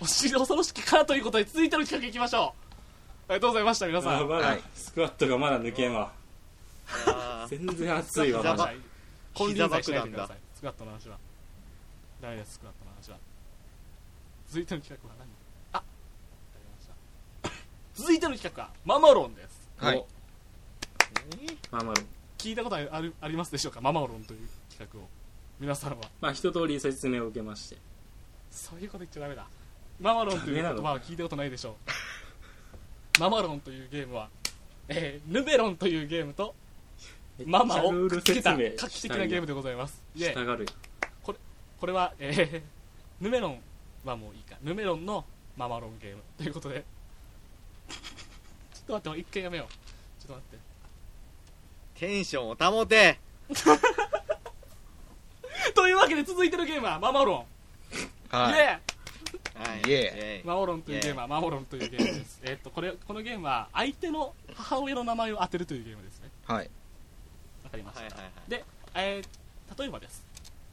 星の恐ろしきからということで続いての企画いきましょうありがとうございました皆さあんまだ、はいスクワットがまだ抜けんわあー全然熱いわ膝まばだ金輪際しないでく膝だ爆さいスクワットの話はダメですスクワットの話は続いての企画は何あわかりました続いての企画はママロンですはいまあまあ聞いたことあるあるありますでしょうかママロンという企画を皆さんはまあ一通り説明を受けましてそういうこと言っちゃダメだママロンという言葉は聞いたことないでしょうママロンというゲームは、えー、ヌベロンというゲームとママをめくっちゃっつけたルール画期説的明なゲームムでございますいしえたがるこれは、えー、ヌメロンはもういいかヌメロンのママロンゲームということでちょっと待ってもう一回やめようちょっと待ってテンションを保てというわけで続いてのゲームはママロン、はいイエはいイエーママロンというゲームはママロンというゲームですえーっとこれこのゲームは相手の母親の名前を当てるというゲームですねはいわかりました、はいはいはいえー例えばです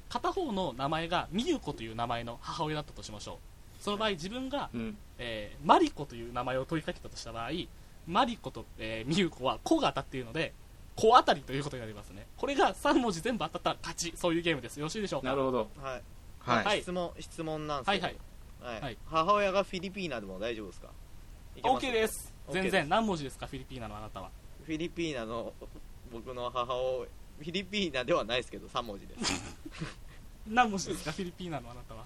片方の名前が美優子という名前の母親だったとしましょうその場合自分が、うんえーマリコという名前を問いかけたとした場合マリコと、えー、ミユコは「子」が当たっているので「子」あたりということになりますねこれが3文字全部当たったら勝ちそういうゲームですよろしいでしょうかなるほどはいはい、はい質問質問なんですけどはいはいはい母親がフィリピーナでも大丈夫ですかいけます OK です全 OK で然何文字ですかフィリピーナのあなたはフィリピーナの僕の母をフィリピーナではないですけど3文字です フ何文字ですかフィリピーナのあなたは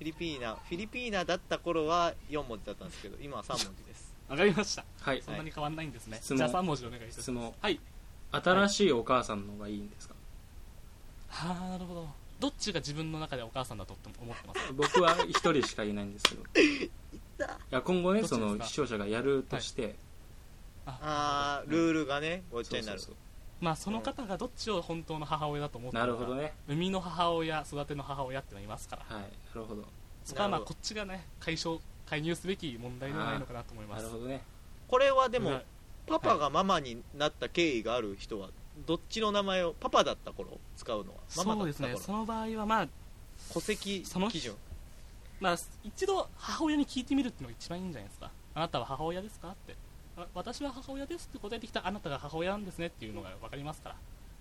ィリピーナフィリピーナだった頃は4文字だったんですけど今は3文字ですわかりましたはいそんなに変わんないんですね、質問じゃあ3文字お願いします質問はい新しいお母さんの方がいいんですかはあなるほどどっちが自分の中でお母さんだとって思ってます僕は一人しかいないんですけどいや今後ねどっちそですのか視聴者がやるとして、あールールがねごっちそゃうになそうるそうまあその方がどっちを本当の母親だと思ってなのるかほどね生みの母親育ての母親ってのはいますからはいなるほどそこはまあなるほこっどちがね解消介入すべき問題ではないのかなと思いまなするほどねこれはででもパパがママになった経緯がある人はどっちの名前をパパだった頃使うのはママそうだでっすたね頃、その場合はまあ戸籍その基準まあ一度母親に聞いてみるってのが一番いいんじゃないですかあなたは母親ですかってあ私は母親ですって答えてきたあなたが母親なんですねっていうのが分かりますから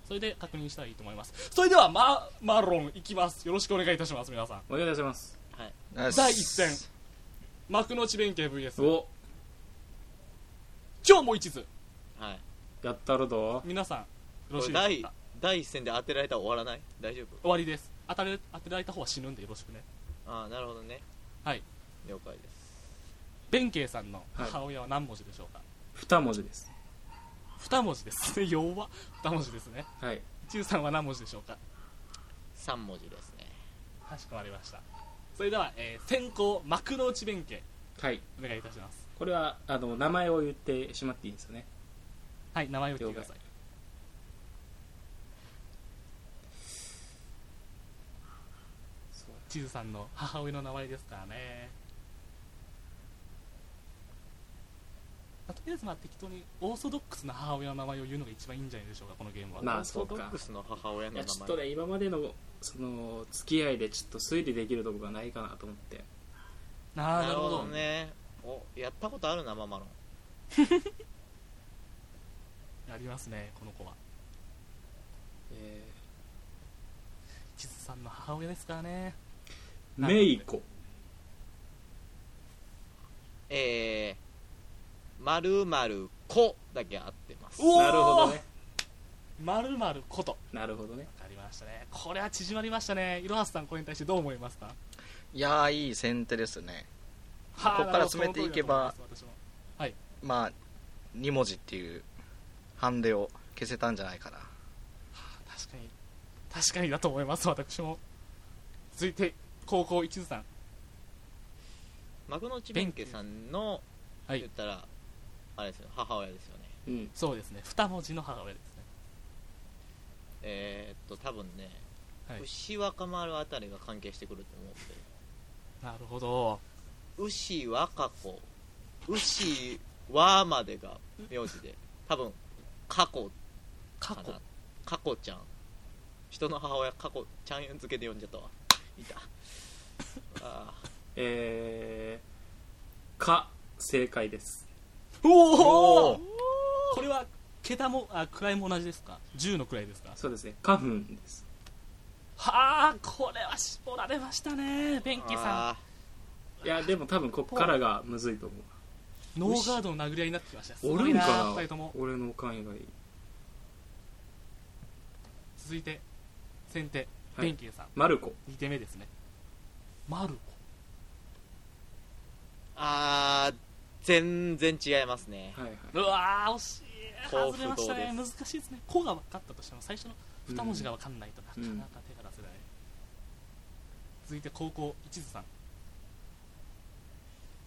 それで確認したらいいと思いますそれではママロンいきますよろしくお願いいたします皆さんお願いいたしますよし第一戦幕の内弁慶 VS お今日も一途はいやったるど皆さんよろしこいれでしょう第か第一戦で当てられたら終わらない大丈夫終わりです当たる当てられた方は死ぬんでよろしくねああなるほどねはい了解です弁慶さんの母親は何文字でしょうか、二文字です二文字ですね 弱二文字ですねはい一宇さんは何文字でしょうか3文字ですねかしこまりましたそれでは、えー先行幕の内弁慶はいお願いいたしますこれはあの名前を言ってしまっていいんですよねはい名前を言ってくださいそう一途さんの母親の名前ですからねまあとりあえずまあ適当にオーソドックスな母親の名前を言うのが一番いいんじゃないでしょうかこのゲームは、まあオーソそドうッかクスの母親いのや名ちょっ前とね今までのその付き合いでちょっと推理できるとこがないかなと思ってあーなるほどねおやったことあるなママのありますねこの子はえ一途さんの母親ですからねーメイコえー、まるまる子だけ合ってますおーなるほどねまるまることなるほどねわかりましたねこれは縮まりましたねいろはすさんこれに対してどう思いますかいやーいい先手ですねはあここから詰めていけばなるほどその通りだと思います私もまあ2文字っていうハンデを消せたんじゃないかな確かに確かにだと思います私も続いて高校一途さん幕の内弁慶さんのはい言ったらあれですよ母親ですよねうんそうですね二文字の母親ですねえー、っと多分ね、はい牛若丸あたりが関係してくると思ってなるほど牛若子牛和までが名字で多分過去過か去な過去ちゃん 人の母親過去ちゃん付けで呼んじゃったわいたあえー、か正解ですおおおーこれは桁もあ位も同じですか10の位ですかそうですね花粉ですはあこれは絞られましたねベンキーさあいやでも多分こっからがむずいと思うんノーガードの殴り合いになってきましたすおごるいんなか2人となも俺の勘以外続いて先手はいベンキーさん、マルコ2手目ですねマルコあー全然違いますねはいはいうわー惜しい甲外府れましたね堂難ですしいですね「こ」が分かったとしても最初の2文字が分かんないとなかなか手が出せない、続いて高校一途さん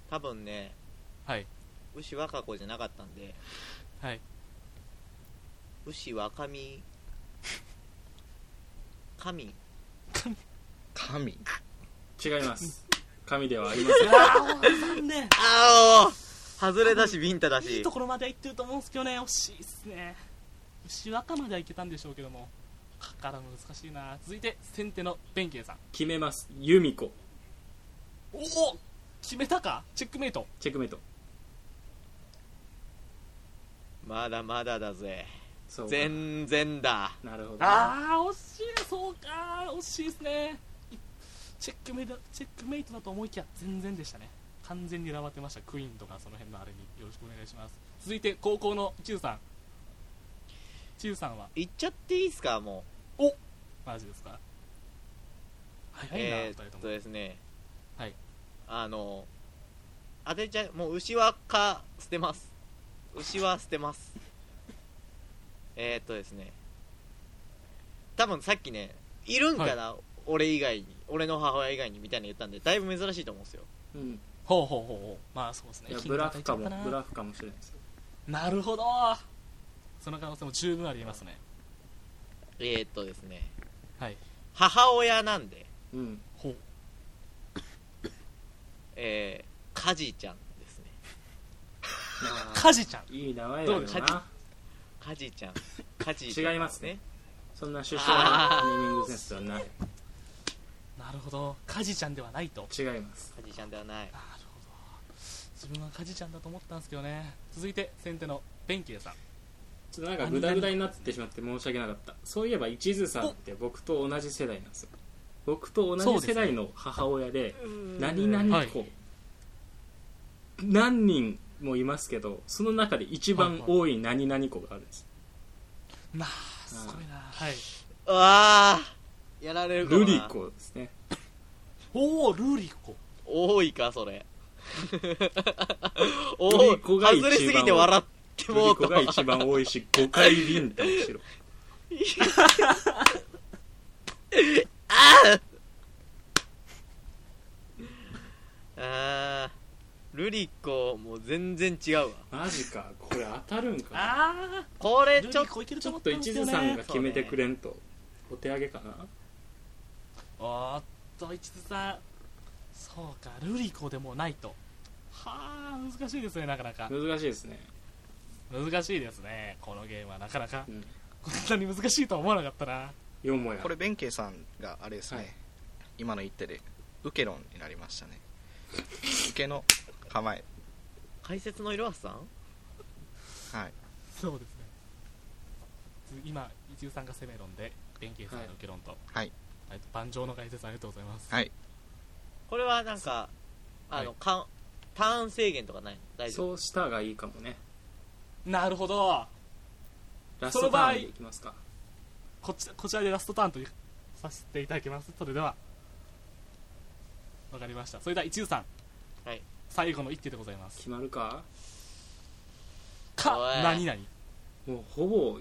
多分ねはい牛若子じゃなかったんではい牛若み神神違い ます神ではありませんああ残念ああ外れだしビンタだ いいしところまでは行ってると思うんですけどね惜しいっすね牛若まではいけたんでしょうけどもかからも難しいな続いて先手の弁慶さん決めますユミコおお決めたかチェックメイトチェックメイトまだまだだぜそうか全然だなるほどねああ惜しいそうか惜しいですねいチェックメイトチェックメイトだと思いきや全然でしたね完全にラバってましたクイーンとかその辺のあれによろしくお願いします続いて高校のチュウさんチュウさんは行っちゃっていいっすかもマジですか早ういな、2えー人っとともですねはいあの当てちゃいもう牛若捨てます牛は捨てます えーっとですね多分さっきねいるんかな、俺以外に俺の母親以外にみたいな言ったんでだいぶ珍しいと思うんですようんほうほうほうほうまあそうですねいやヒントブラフか与もえちゃったなブラフかもしれないですよなるほどその可能性も十分ありますねえーっとですねはい母親なんでうんほうえー、カジちゃんですねまあカジちゃんいい名前だよどうですなか カジちゃんカジ違いますねそんな出生あなーネーミングセンスではないなるほどカジちゃんではないと違いますカジちゃんではないなるほど自分はカジちゃんだと思ったんですけどね続いて先手のベンキーさんちょっとなんかグダグダになってしまって申し訳なかったそういえば一途さんって僕と同じ世代なんですよ僕と同じ世代の母親で何々子、は何人もいますけどその中で一番多い何々子があるんです、なあすごいなはいああやられるかもルなリ子ですねおおルーリコ多いか それルおリ子が一番外れすぎて笑ってルリもう子とが一番多いし5回ビンタをしろあールリコもう全然違うわマジかこれ当たるんかなあこあれルちーょリっとコいけるちとょ思っったとんです一よ途ねさんが決めてくれんとお手上げかなおーっと一途さんそうかルーリコでもないとはあ難しいですねなかなか難しいですね、難しいですねこのゲームはなかなかうん、こんなに難しいとは思わなかったなよもやこれ弁慶さんがあれですね、はい今の一手でウケロンになりましたね受けの構え解説の色はさんはいそうですねつ今一流さんがセメロンで弁慶さんが受けロンとはいえっと盤上の解説ありがとうございますはいこれはなんかあの、はかんターン制限とかないの大丈夫そうしたがいいかもねなるほどラストターンでいきますかこちこちらでラストターンとさせていただきますそれではわかりましたそれでは一流さんはい最後の一手でございます決まるかかおい何々もうほぼ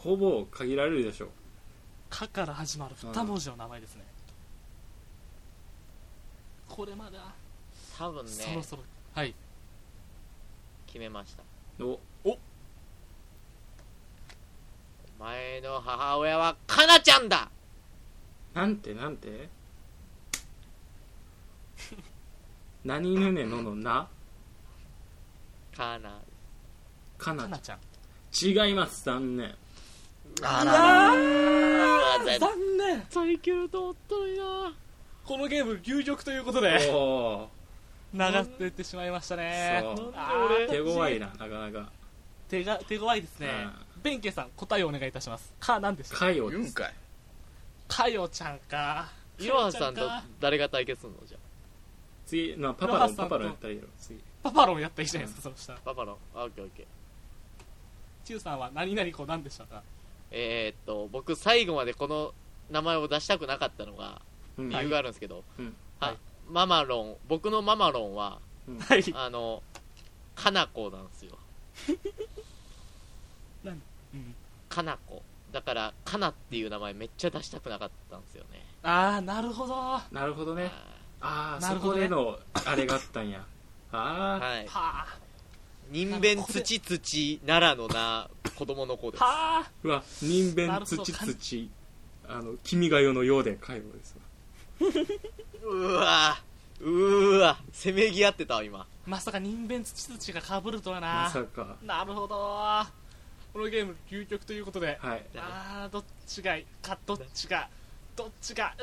ほぼ限られるでしょうかから始まる二文字の名前ですねこれまだ、多分ねそろそろはい決めましたおお前の母親はかなちゃんだなんてなん て何ぬねののなかなかかななちゃん違います残念ああららうわ残念最強と思ったのになこのゲーム究極ということおでお流れてしまいましたねそうあーー手 強いななかなか手が手強いですね弁慶さん答えをお願いいたしますか何でしょう回を言うんかいかよちゃんかいろはさかんとよちゃか誰が対決するのじゃあ次、まあ、パパロロハンスさパんとパロンやったらいいだろう次パパロンやったらいいじゃないですか、そうしたらパパロンあオッケーオッケーチュウさんは何々こう何でしたかえー、っと僕最後までこの名前を出したくなかったのがうん理由があるんですけど、うんははいママロン僕のママロンははいあのかなこなんですようんかなこだからかなっていう名前めっちゃ出したくなかったんですよねああなるほどはなるほどねああ、なそるほこどねでのあれがあったんやあーあはいあ人弁土土奈良のな子供の子ですはああうわ人な弁るほど土土あの君が代のようで介護ですわうわうーわせめぎ合ってたわ今まさか人弁土土がかぶるとはまなさかなるほどこのゲーム究極ということではいあーどっちがいいかどっちがどっちがうー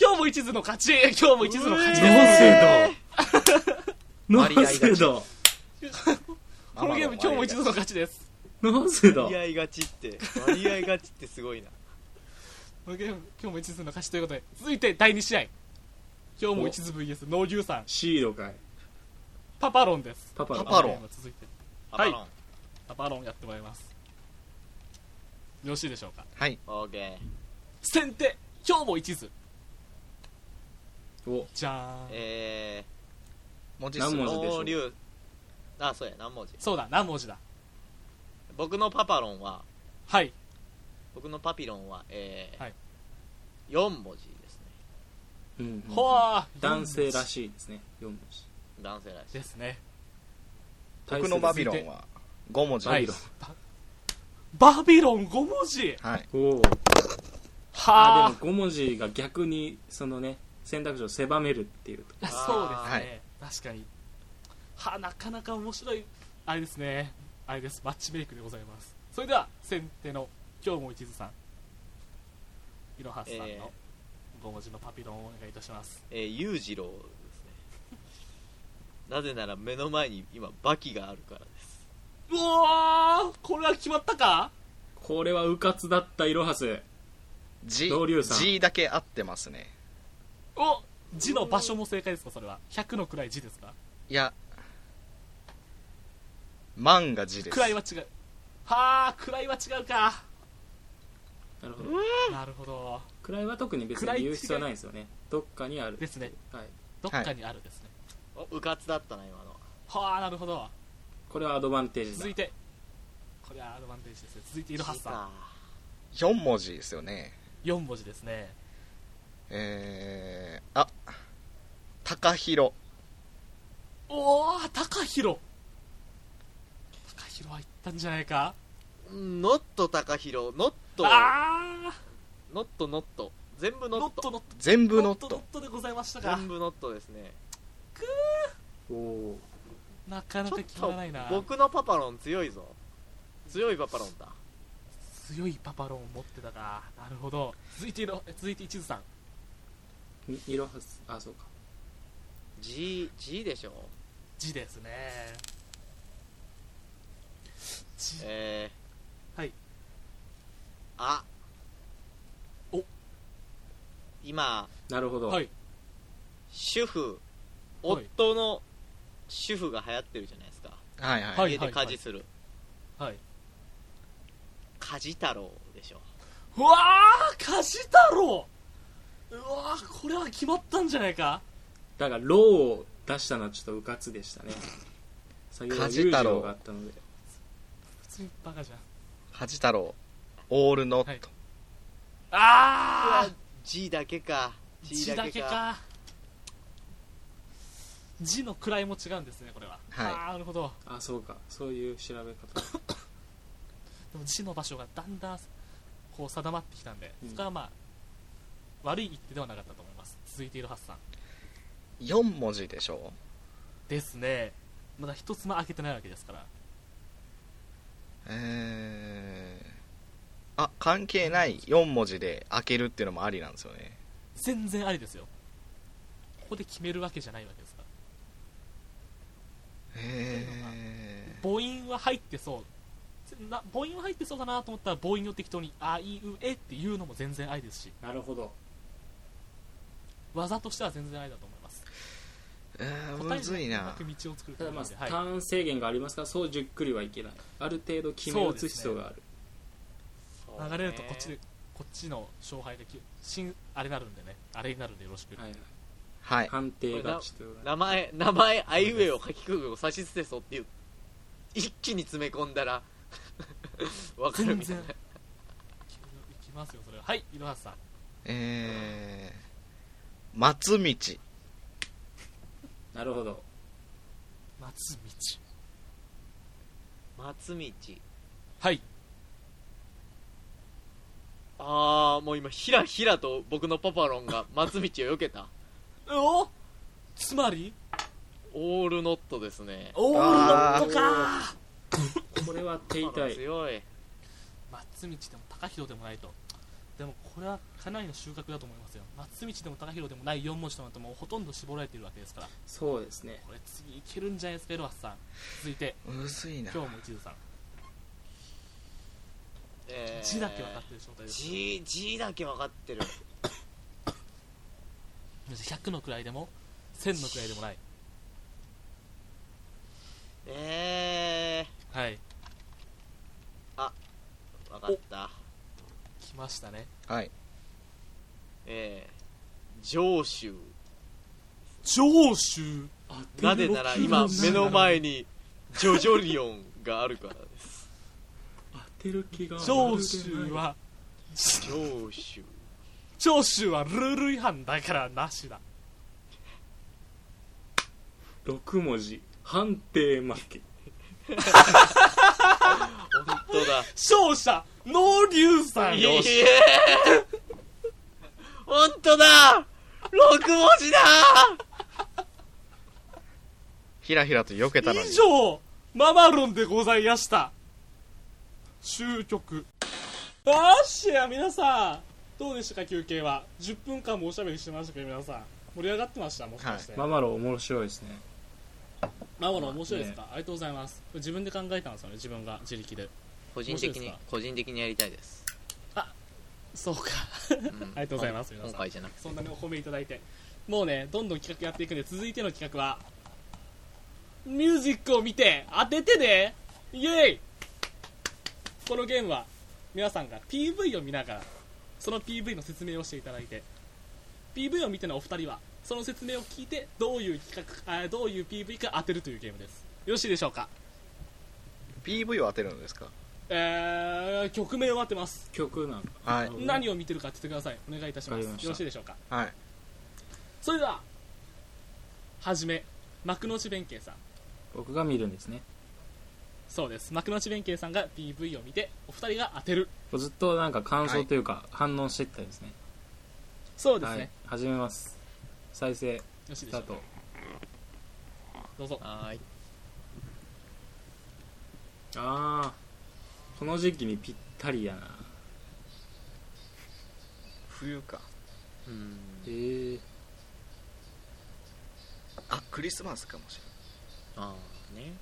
今日も一途の勝ち今日も一途の勝ちノでうえーセえドノーセドこのゲーム今日も一途の勝ちですノーセド割合がちって割合がちってすごいなこのゲーム今日も一途の勝ちということで続いて第2試合今日も一途 VS 農牛さんシードかいパパロンですパパロンパパロン続いてパパロン、はパパロンやってもらいますよろしいでしょうかはいオーケー先手今日も一途おじゃーんえ文字何数ー文字でしょ農う龍あそうや何文字そうだ何文字だ僕のパパロンははい僕のパピロンはえーはい4文字ですねうんほわー男性らいしいですね4文字男性らしいですね僕のバビロンは5文字バはビいロンバビロン5文字おおはあーでも5文字が逆にそのね選択肢を狭めるっていうとあもそうですね、は確かにはなかなか面白いあれですねあれですマッチメイクでございますそれでは先手の今日も一途さんいろはすさんえの5文字のパピロンをお願いいたしますえー裕次郎ですねなぜなら目の前に今バキがあるからですうわーこれは決まったかこれはうかつだったいろはす G, 同僚さん G だけ合ってますねお字の場所も正解ですかそれは100の位字ですかいや万が字です位は違うはあ位は違うかなるほどなるほど位は特に別に言う必要はないですよねどっかにあるですねはいどっかにあるですね、おうかつだったな今のはあなるほどこれはアドバンテージだ続いてこれはアドバンテージですね続いていろはさん4文字ですよね4文字ですねえー、あ高弘おお高弘高弘は行ったんじゃないかノット高弘ノットああノットノット全部ノノッットトノッ全ト部ノットでございましたか全部ノットですねおおなかなちょかっ決まとらないな僕のパパロン強いぞ強いパパロンだ強いパパロンを持ってたかなるほど続いていろ続いて一途さんいろはすあそうか G, G でしょ字ですね字えー、はいあお今なるほど、はい主婦はい夫の主婦が流行ってるじゃないですか、はいはい、はい家で家事する、はい家事太郎でしょうわあ貸したろうわーこれは決まったんじゃないかだから「ロー」を出したのはちょっとうかつでしたね 先ほど梶太郎郎があったので普通にバカじゃん八太郎オールノット、はいああ G だけか字だけか字の位も違うんですねこれは、はいああなるほどあそうかそういう調べ方でも字の場所がだんだんこう定まってきたんで、うんそこはまあ悪い一手ではなかったと思います続いているハッサン4文字でしょですねまだ一つも開けてないわけですからえー、あ関係ない4文字で開けるっていうのもありなんですよね全然ありですよここで決めるわけじゃないわけですからへ母音は入ってそうな母音は入ってそうだなと思ったら母音を適当に「あいうえ」っていうのも全然ありですし なるほど技としては全然ありだと思いますえー答えむじゃずいななく道を作るただまあ、というタことではいーン制限がありますからそうじっくりはいけないある程度決め打つ必要がある、流れるとこっちでこっちの勝敗がき新あれになるんでねあれになるんでよろしく、はいはい、はい判定が必要だ名前名前あいうえを書きくぐを差し捨てそうっていう一気に詰め込んだら わかる全みたい然ないきますよそれははい井戸橋さんえー、松道なるほど松道松道はいああもう今ひらひらと僕のパパロンが松道を避けたおつまり オールノットですねオールノットかこれは手パパ痛ロンい強い松道でも高弘でもないとでもこれはかなりの収穫だと思いますよ松道でも高弘でもない4文字となるともうほとんど絞られているわけですからそうですねこれ次いけるんじゃないですか井戸橋さん続いてむずいな今日も一途さんえー字だけ分かってる状態です、字字だけ分かってる100の位でも1000の位でもないえはいー、分かった来ましたねはいえー、上州上州なぜなら今目の前にジョジョリオンがあるからです当てる気が上州は上州長州はルール違反だからなしだ6文字判定負け本 当勝者農龍さだんいえ本当だ六文字だひらひらと避けたのに以上ママロンでございやした終局よっしゃ皆さんどうでしたか休憩は10分間もおしゃべりしてましたけど皆さん盛り上がってましたもしかして、ママロ面白いですねママロン面白いですか、ありがとうございます自分で考えたんですよね自分が自力で個人的に個人的にやりたいです、そうかうんありがとうございます皆さん今回じゃなくてそんなにお褒めいただいてもうねどんどん企画やっていくんで続いての企画はミュージックを見て当ててねイエイこのゲームは皆さんが PV を見ながらその PV の説明をしていただいて PV を見てのお二人はその説明を聞いてどういう企画あどういう PV か当てるというゲームですよろしいでしょうか PV を当てるんですかえー、曲名を当てます曲なんかはい何を見てるか当ててくださいお願いいたしまわすかりましたよろしいでしょうかはいそれでははじめ幕の内弁慶さん僕が見るんですねそうです幕の内弁慶さんが PV を見てお二人が当てるずっとなんか感想というか反応してったんですね、そうですね、はい始めます再生よろしいスでしタょーうかトどうぞはーいああこの時期にぴったりやな冬かうんえー、あクリスマスかもしああね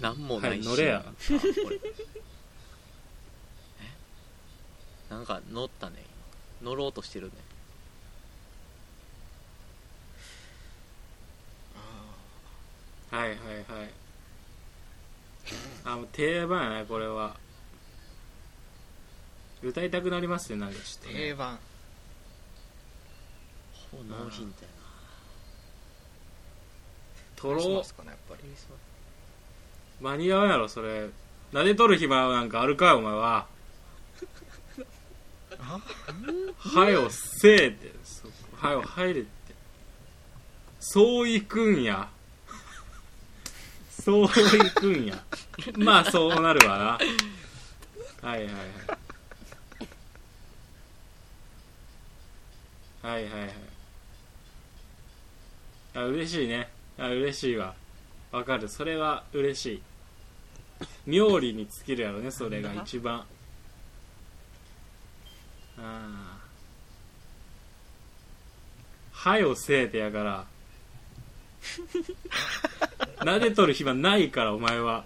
なんもないし、はい乗れやあこ れえなんか乗ったね乗ろうとしてるねはいはいはいあもう定番やなこれは歌いたくなりますよなんかちょっと、れない定ね、番ほぼノーヒントやなとクリスろマスかなやっぱり間に合うやろそれ撫でとる暇なんかあるかいお前はあはよせえってそこはよ入れってそういくんやそういくんやまあそうなるわなはいはいはいはいはいはいあ嬉しいねあ嬉しいわわかるそれは嬉しい妙理に尽きるやろねそれが一番ああはよせえてやから撫でとる暇ないからお前は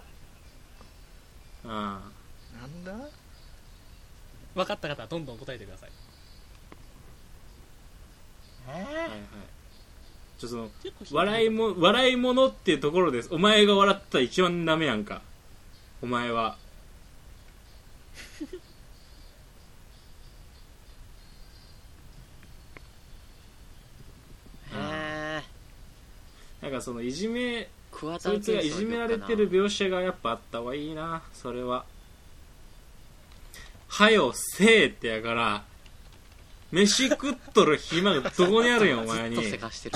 ああなんだ分かった方はどんどん答えてくださいはいはいちょっとその結構ひど笑いも笑い物っていうところですお前が笑ったら一番ダメやんかお前はへえなんかそのいじめ桑田そいつがいじめられてる描写がやっぱあった方がいいなそれははよせえってやから飯食っとる暇がどこにあるんやお前にずっとせかしてる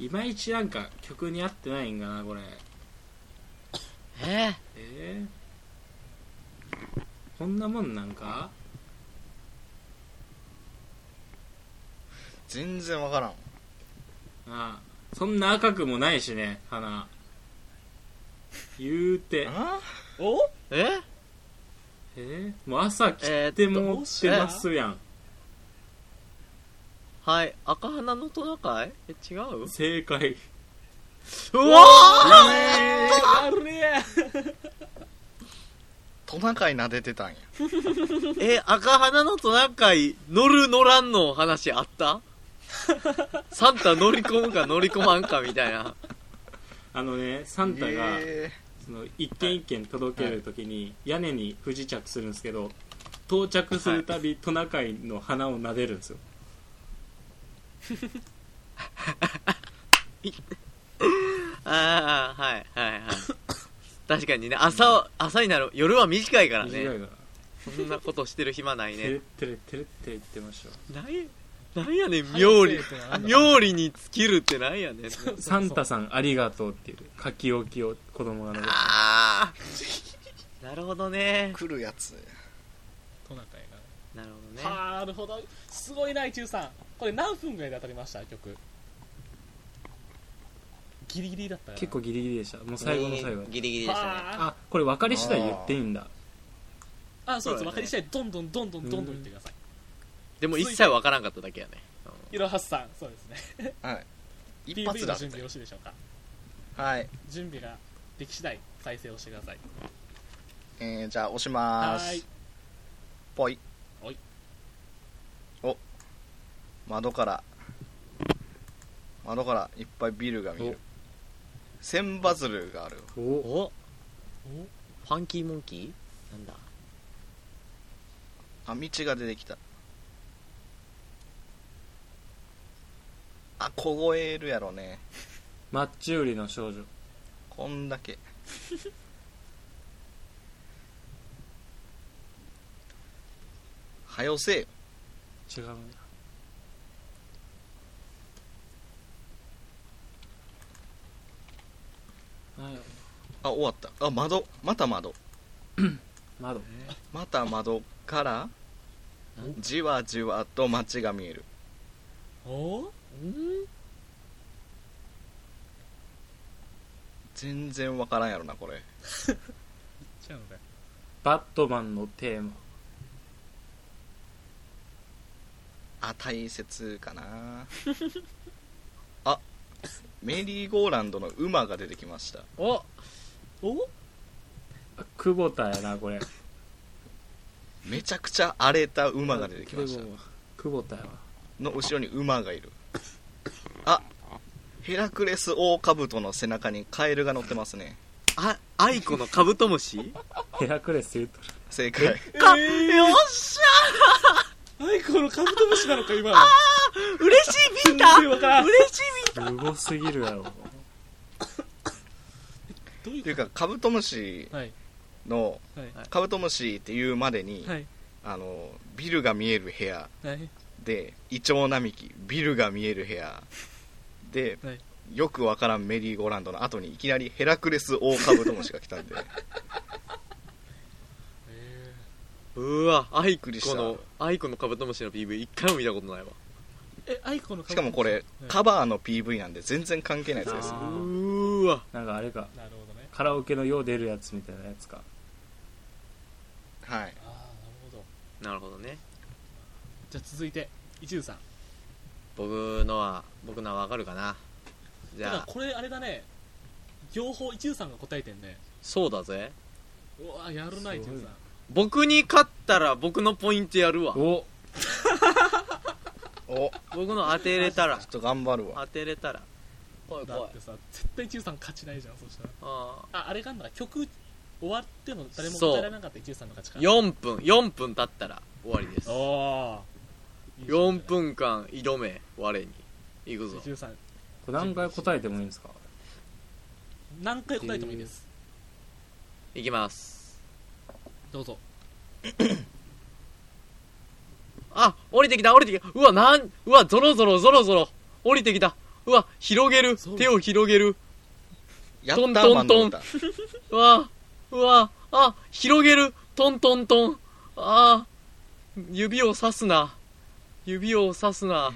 いまいちなんか曲に合ってないんかなこれ ええー、こんなもんなんか全然わからんああそんな赤くもないしね鼻言うてあおえええー、もう朝切ってもってますやん、はい赤鼻のトナカイえ違 う正解うわあれトナカイ撫でてたんやーえ赤鼻のトナカイ乗る乗らんの話あった サンタ乗り込むか乗り込まんかみたいなあのねサンタが、えその一軒一軒届けるときに屋根に不時着するんですけど到着するたびトナカイの花を撫でるんですよああはいはいはい確かにね朝朝になる夜は短いから短いかねらそんなことしてる暇ないテレねッテレッテレッテレ言ってましたよないなんやねん妙理理 妙理に尽きるってなんやねんサンタさんありがとうっていう書き置きを子供が述べてああ なるほどねー、来るやつトナカイがねなるほどねはあなるほどすごいな一中さんこれ何分ぐらいで当たりました曲ギリギリだったかな結構ギリギリでしたもう最後の最後ギリギリでしたねはああこれ分かり次第言っていいんだあそうですそうだね分かり次第どんどんどんどんどんどん言ってくださいでも一切わからんかっただけやねいろはさんそうですねはい一 PV 発のだ準備よろしいでしょうかはい準備ができ次第再生をしてくださいえー、じゃあ押しまーはーいすぽいほいお窓から窓からいっぱいビルが見える千バズルがあるおおおファンキーモンキーなんだあ道が出てきたあ凍えるやろねマッチ売りの少女こんだけ はよせよ違うんだはいあ終わったあ窓また窓窓また窓からなんじわじわと街が見えるおうん全然わからんやろなこれちゃうんだよバットマンのテーマあ大切 かなあメリーゴーランドの馬が出てきましたおおあ久保田やなこれめちゃくちゃ荒れた馬が出てきました久保田やわの後ろに馬がいるあヘラクレスオオカブトの背中にカエルが乗ってますねあアイコのカブトムシヘラクレス言うとる正解かえよっしー、アイコのカブトムシなのか今のゃ嬉しいビータ全然わからんー嬉しいビーすごすぎるやろどういうというこかカブトムシとはいのはいはカブトムシっていうまでに、はいあのビルが見える部屋はいでイチョウ並木ビルが見える部屋で、はいよくわからんメリーゴーランドの後にいきなりヘラクレスオオカブトムシが来たん でえターうわアイコびっくりしたのアイコのカブトムシの PV 一回も見たことないわー、えアイコのカしブトかムシもこれカバーの PV なんで全然関係ないやつですあうーうわなんかあれかなるほどねカラオケのよう出るやつみたいなやつかはいああなるほどなるほどねじゃあ続いて一途さん僕のは僕のはわかるかなじだからゃあこれあれだね両方一途さんが答えてんねそうだぜうわやるな一途さん僕に勝ったら僕のポイントやるわおおちょ僕の当てれたらっと頑張るわ当てれたら怖いだ怖いってさ絶対一途さん勝ちないじゃんそしたらあああれがあんだから曲終わっても誰も答えられなかった一途さんの勝ちあか4分4分経ったら終わりですお4分間挑め我に行くぞ一途さんこれ何回答えてもいいんですか何回答えてもいいです行きますどうぞあ降りてきた降りてきたうわなんうわゾロゾロゾロゾロ降りてきたうわ広げるそう手を広げるやったトントンマンの歌うわうわあ広げるトントントンあー指をさすな指をさすな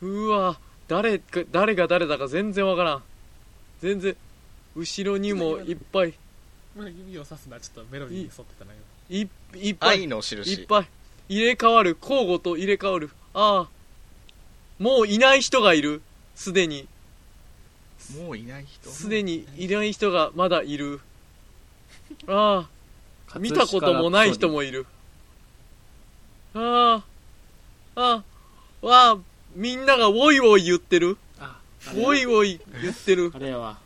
うわ誰か誰が誰だか全然わからん全然後ろにもいっぱいまあ指を指すのはちょっとメロディーに沿ってたなよいいっぱい愛のいっ印ぱい入れ替わる交互と入れ替わるああもういない人がいるすでにもういない人すでにいない人がまだいるああ見たこともない人もいる。ああ、ああ、わあ、みんながウォイウォイ言ってる。あウォイウォイ言ってるあ。れやわ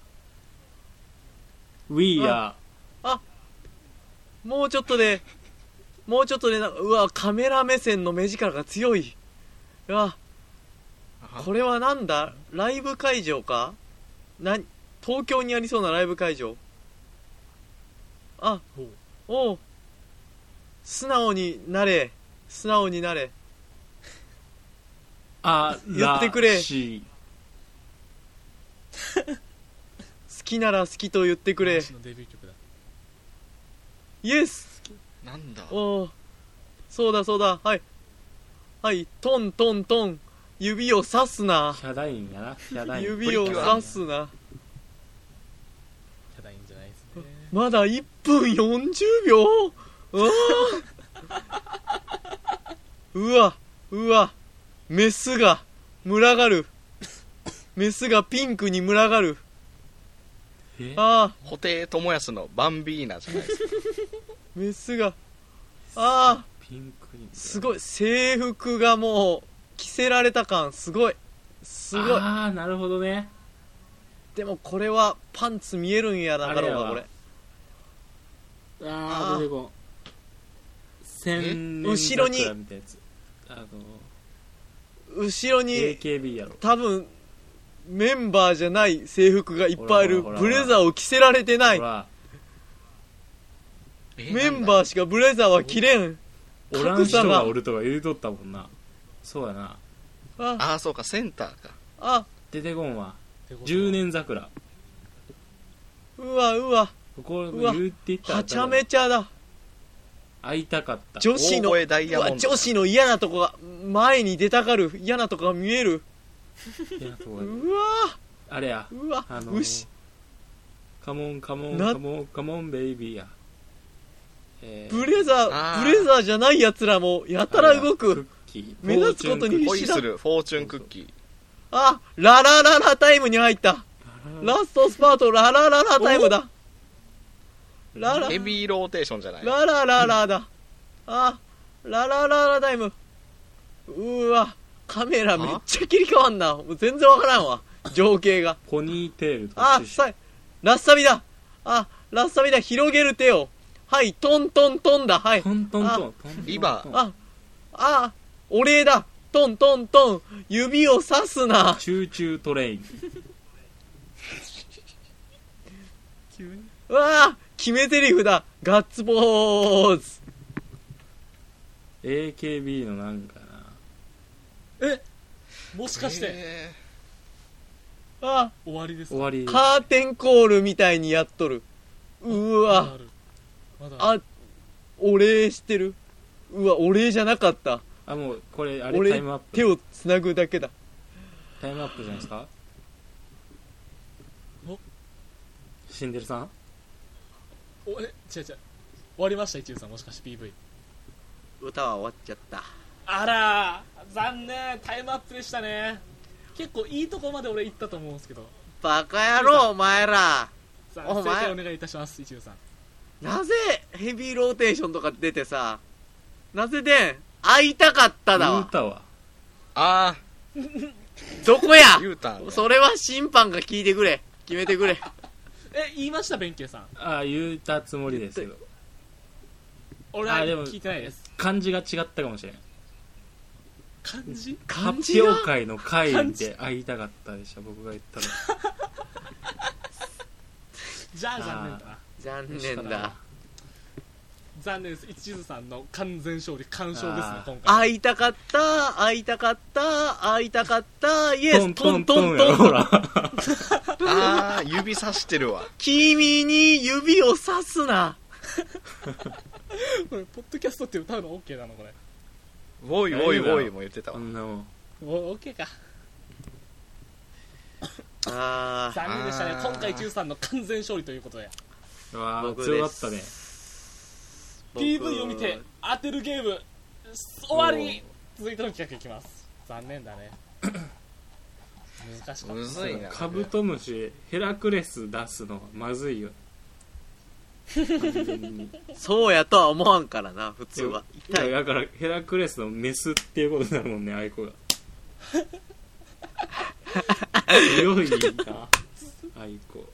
We are もうちょっとで、もうちょっとでな、うわ、カメラ目線の目力が強い。うわ、あこれはなんだライブ会場かな、東京にありそうなライブ会場。あ、ほうおう素直になれ。素直になれ。あ言ってくれらしい好きなら好きと言ってくれ嵐。のデビュー曲だイエスなんだおおそうだそうだはいはいトントントン指を刺すなヒャダインやなヒャダイン指を刺すなただいいんじゃないですねまだ1分40秒うわーうわうわメスが群がるメスがピンクに群がるえああ布袋寅泰のバンビーナじゃないですかメスがああピンクにすごい制服がもう着せられた感すごいすごいああなるほどねでもこれはパンツ見えるんやなかろうかこれああーあ出てこん千年後ろに桜みたいなやつあの後ろに AKB やろ多分メンバーじゃない制服がいっぱいいるほらブほらほらレザーを着せられてないほらメンバーーしかブレザーは着れんおらん人格差ががおるとか言うとったもんなそうやなあああそうかセンターかあ出てこんわってことは10年桜うわうわここうわ言っていったはらちゃめちゃだ会いたかった女子大の声ダイうヤモンわド女子の嫌なとこが前に出たがる嫌なとこが見えるいやそううわやあれやうわあの牛カモンカモンなカモンカモンベイビーやえーブレザーあーブレザーじゃないやつらもやたら動クッくキー目立つことにフォーチュンクッキー恋するフォーチュンクッキーあララララタイムに入ったラストスパートララララタイムだララヘビーローテーションじゃないララララだあララララタイムうーわカメラめっちゃ切り替わんなもう全然わからんわ情景がポニーテールとかあさいラッサビだあラッサビだ広げる手をはいトントントンだはいトントンあトントンリバーああお礼だトントントン指をさすなチューチュートレイン急にうわー決め台詞だガッツポーズ AKB のなんかなえもしかしてえあ終わりです終わりカーテンコールみたいにやっとるうまーだわあるまだあるあお礼してるうわお礼じゃなかったあもうこれあれタ俺イムアッ手プをつなぐだけだタイムアップじゃないですかお死んでるさんおえ違う違う終わりました一流さんもしかして PV 歌は終わっちゃったあらー残念タイムアップでしたね結構いいとこまで俺行ったと思うんですけどバカ野郎お前らさおあ正前解お願いいたします一流さんなぜヘビーローテーションとか出てさなぜで会いたかっただ言うわたわあどこやあ言うたんねそれは審判が聞いてくれ決めてくれえ言いました弁慶さんああ言うたつもりですけど俺はあでも聞いてないです漢字が違ったかもしれない漢字漢字発が表会の漢会字で会いたかったでした僕が言ったのじゃあ残念だな残そ念したらだ残念です一途さんの完全勝利完勝ですねあー今回会いたかった会いたかった会いたかったイエトスントトンントトンンやろトほンらああ指さしてるわ君に指をさすなこれポッドキャストって歌うの OK なのこれおいおいおいも言ってたそわんなもんお OK かあ残念でしたねあー今回一途さんの完全勝利ということでうわあ僕強かでったねす PV を見て当てるゲーム終わり続いての企画いきます残念だね 難しかっむずいなカブトムシヘラクレス出すのはまずい よ完全にそうやとは思わんからな普通はだ痛かいらだからヘラクレスのメスっていうことになるもんねあいこ が強いなあいこ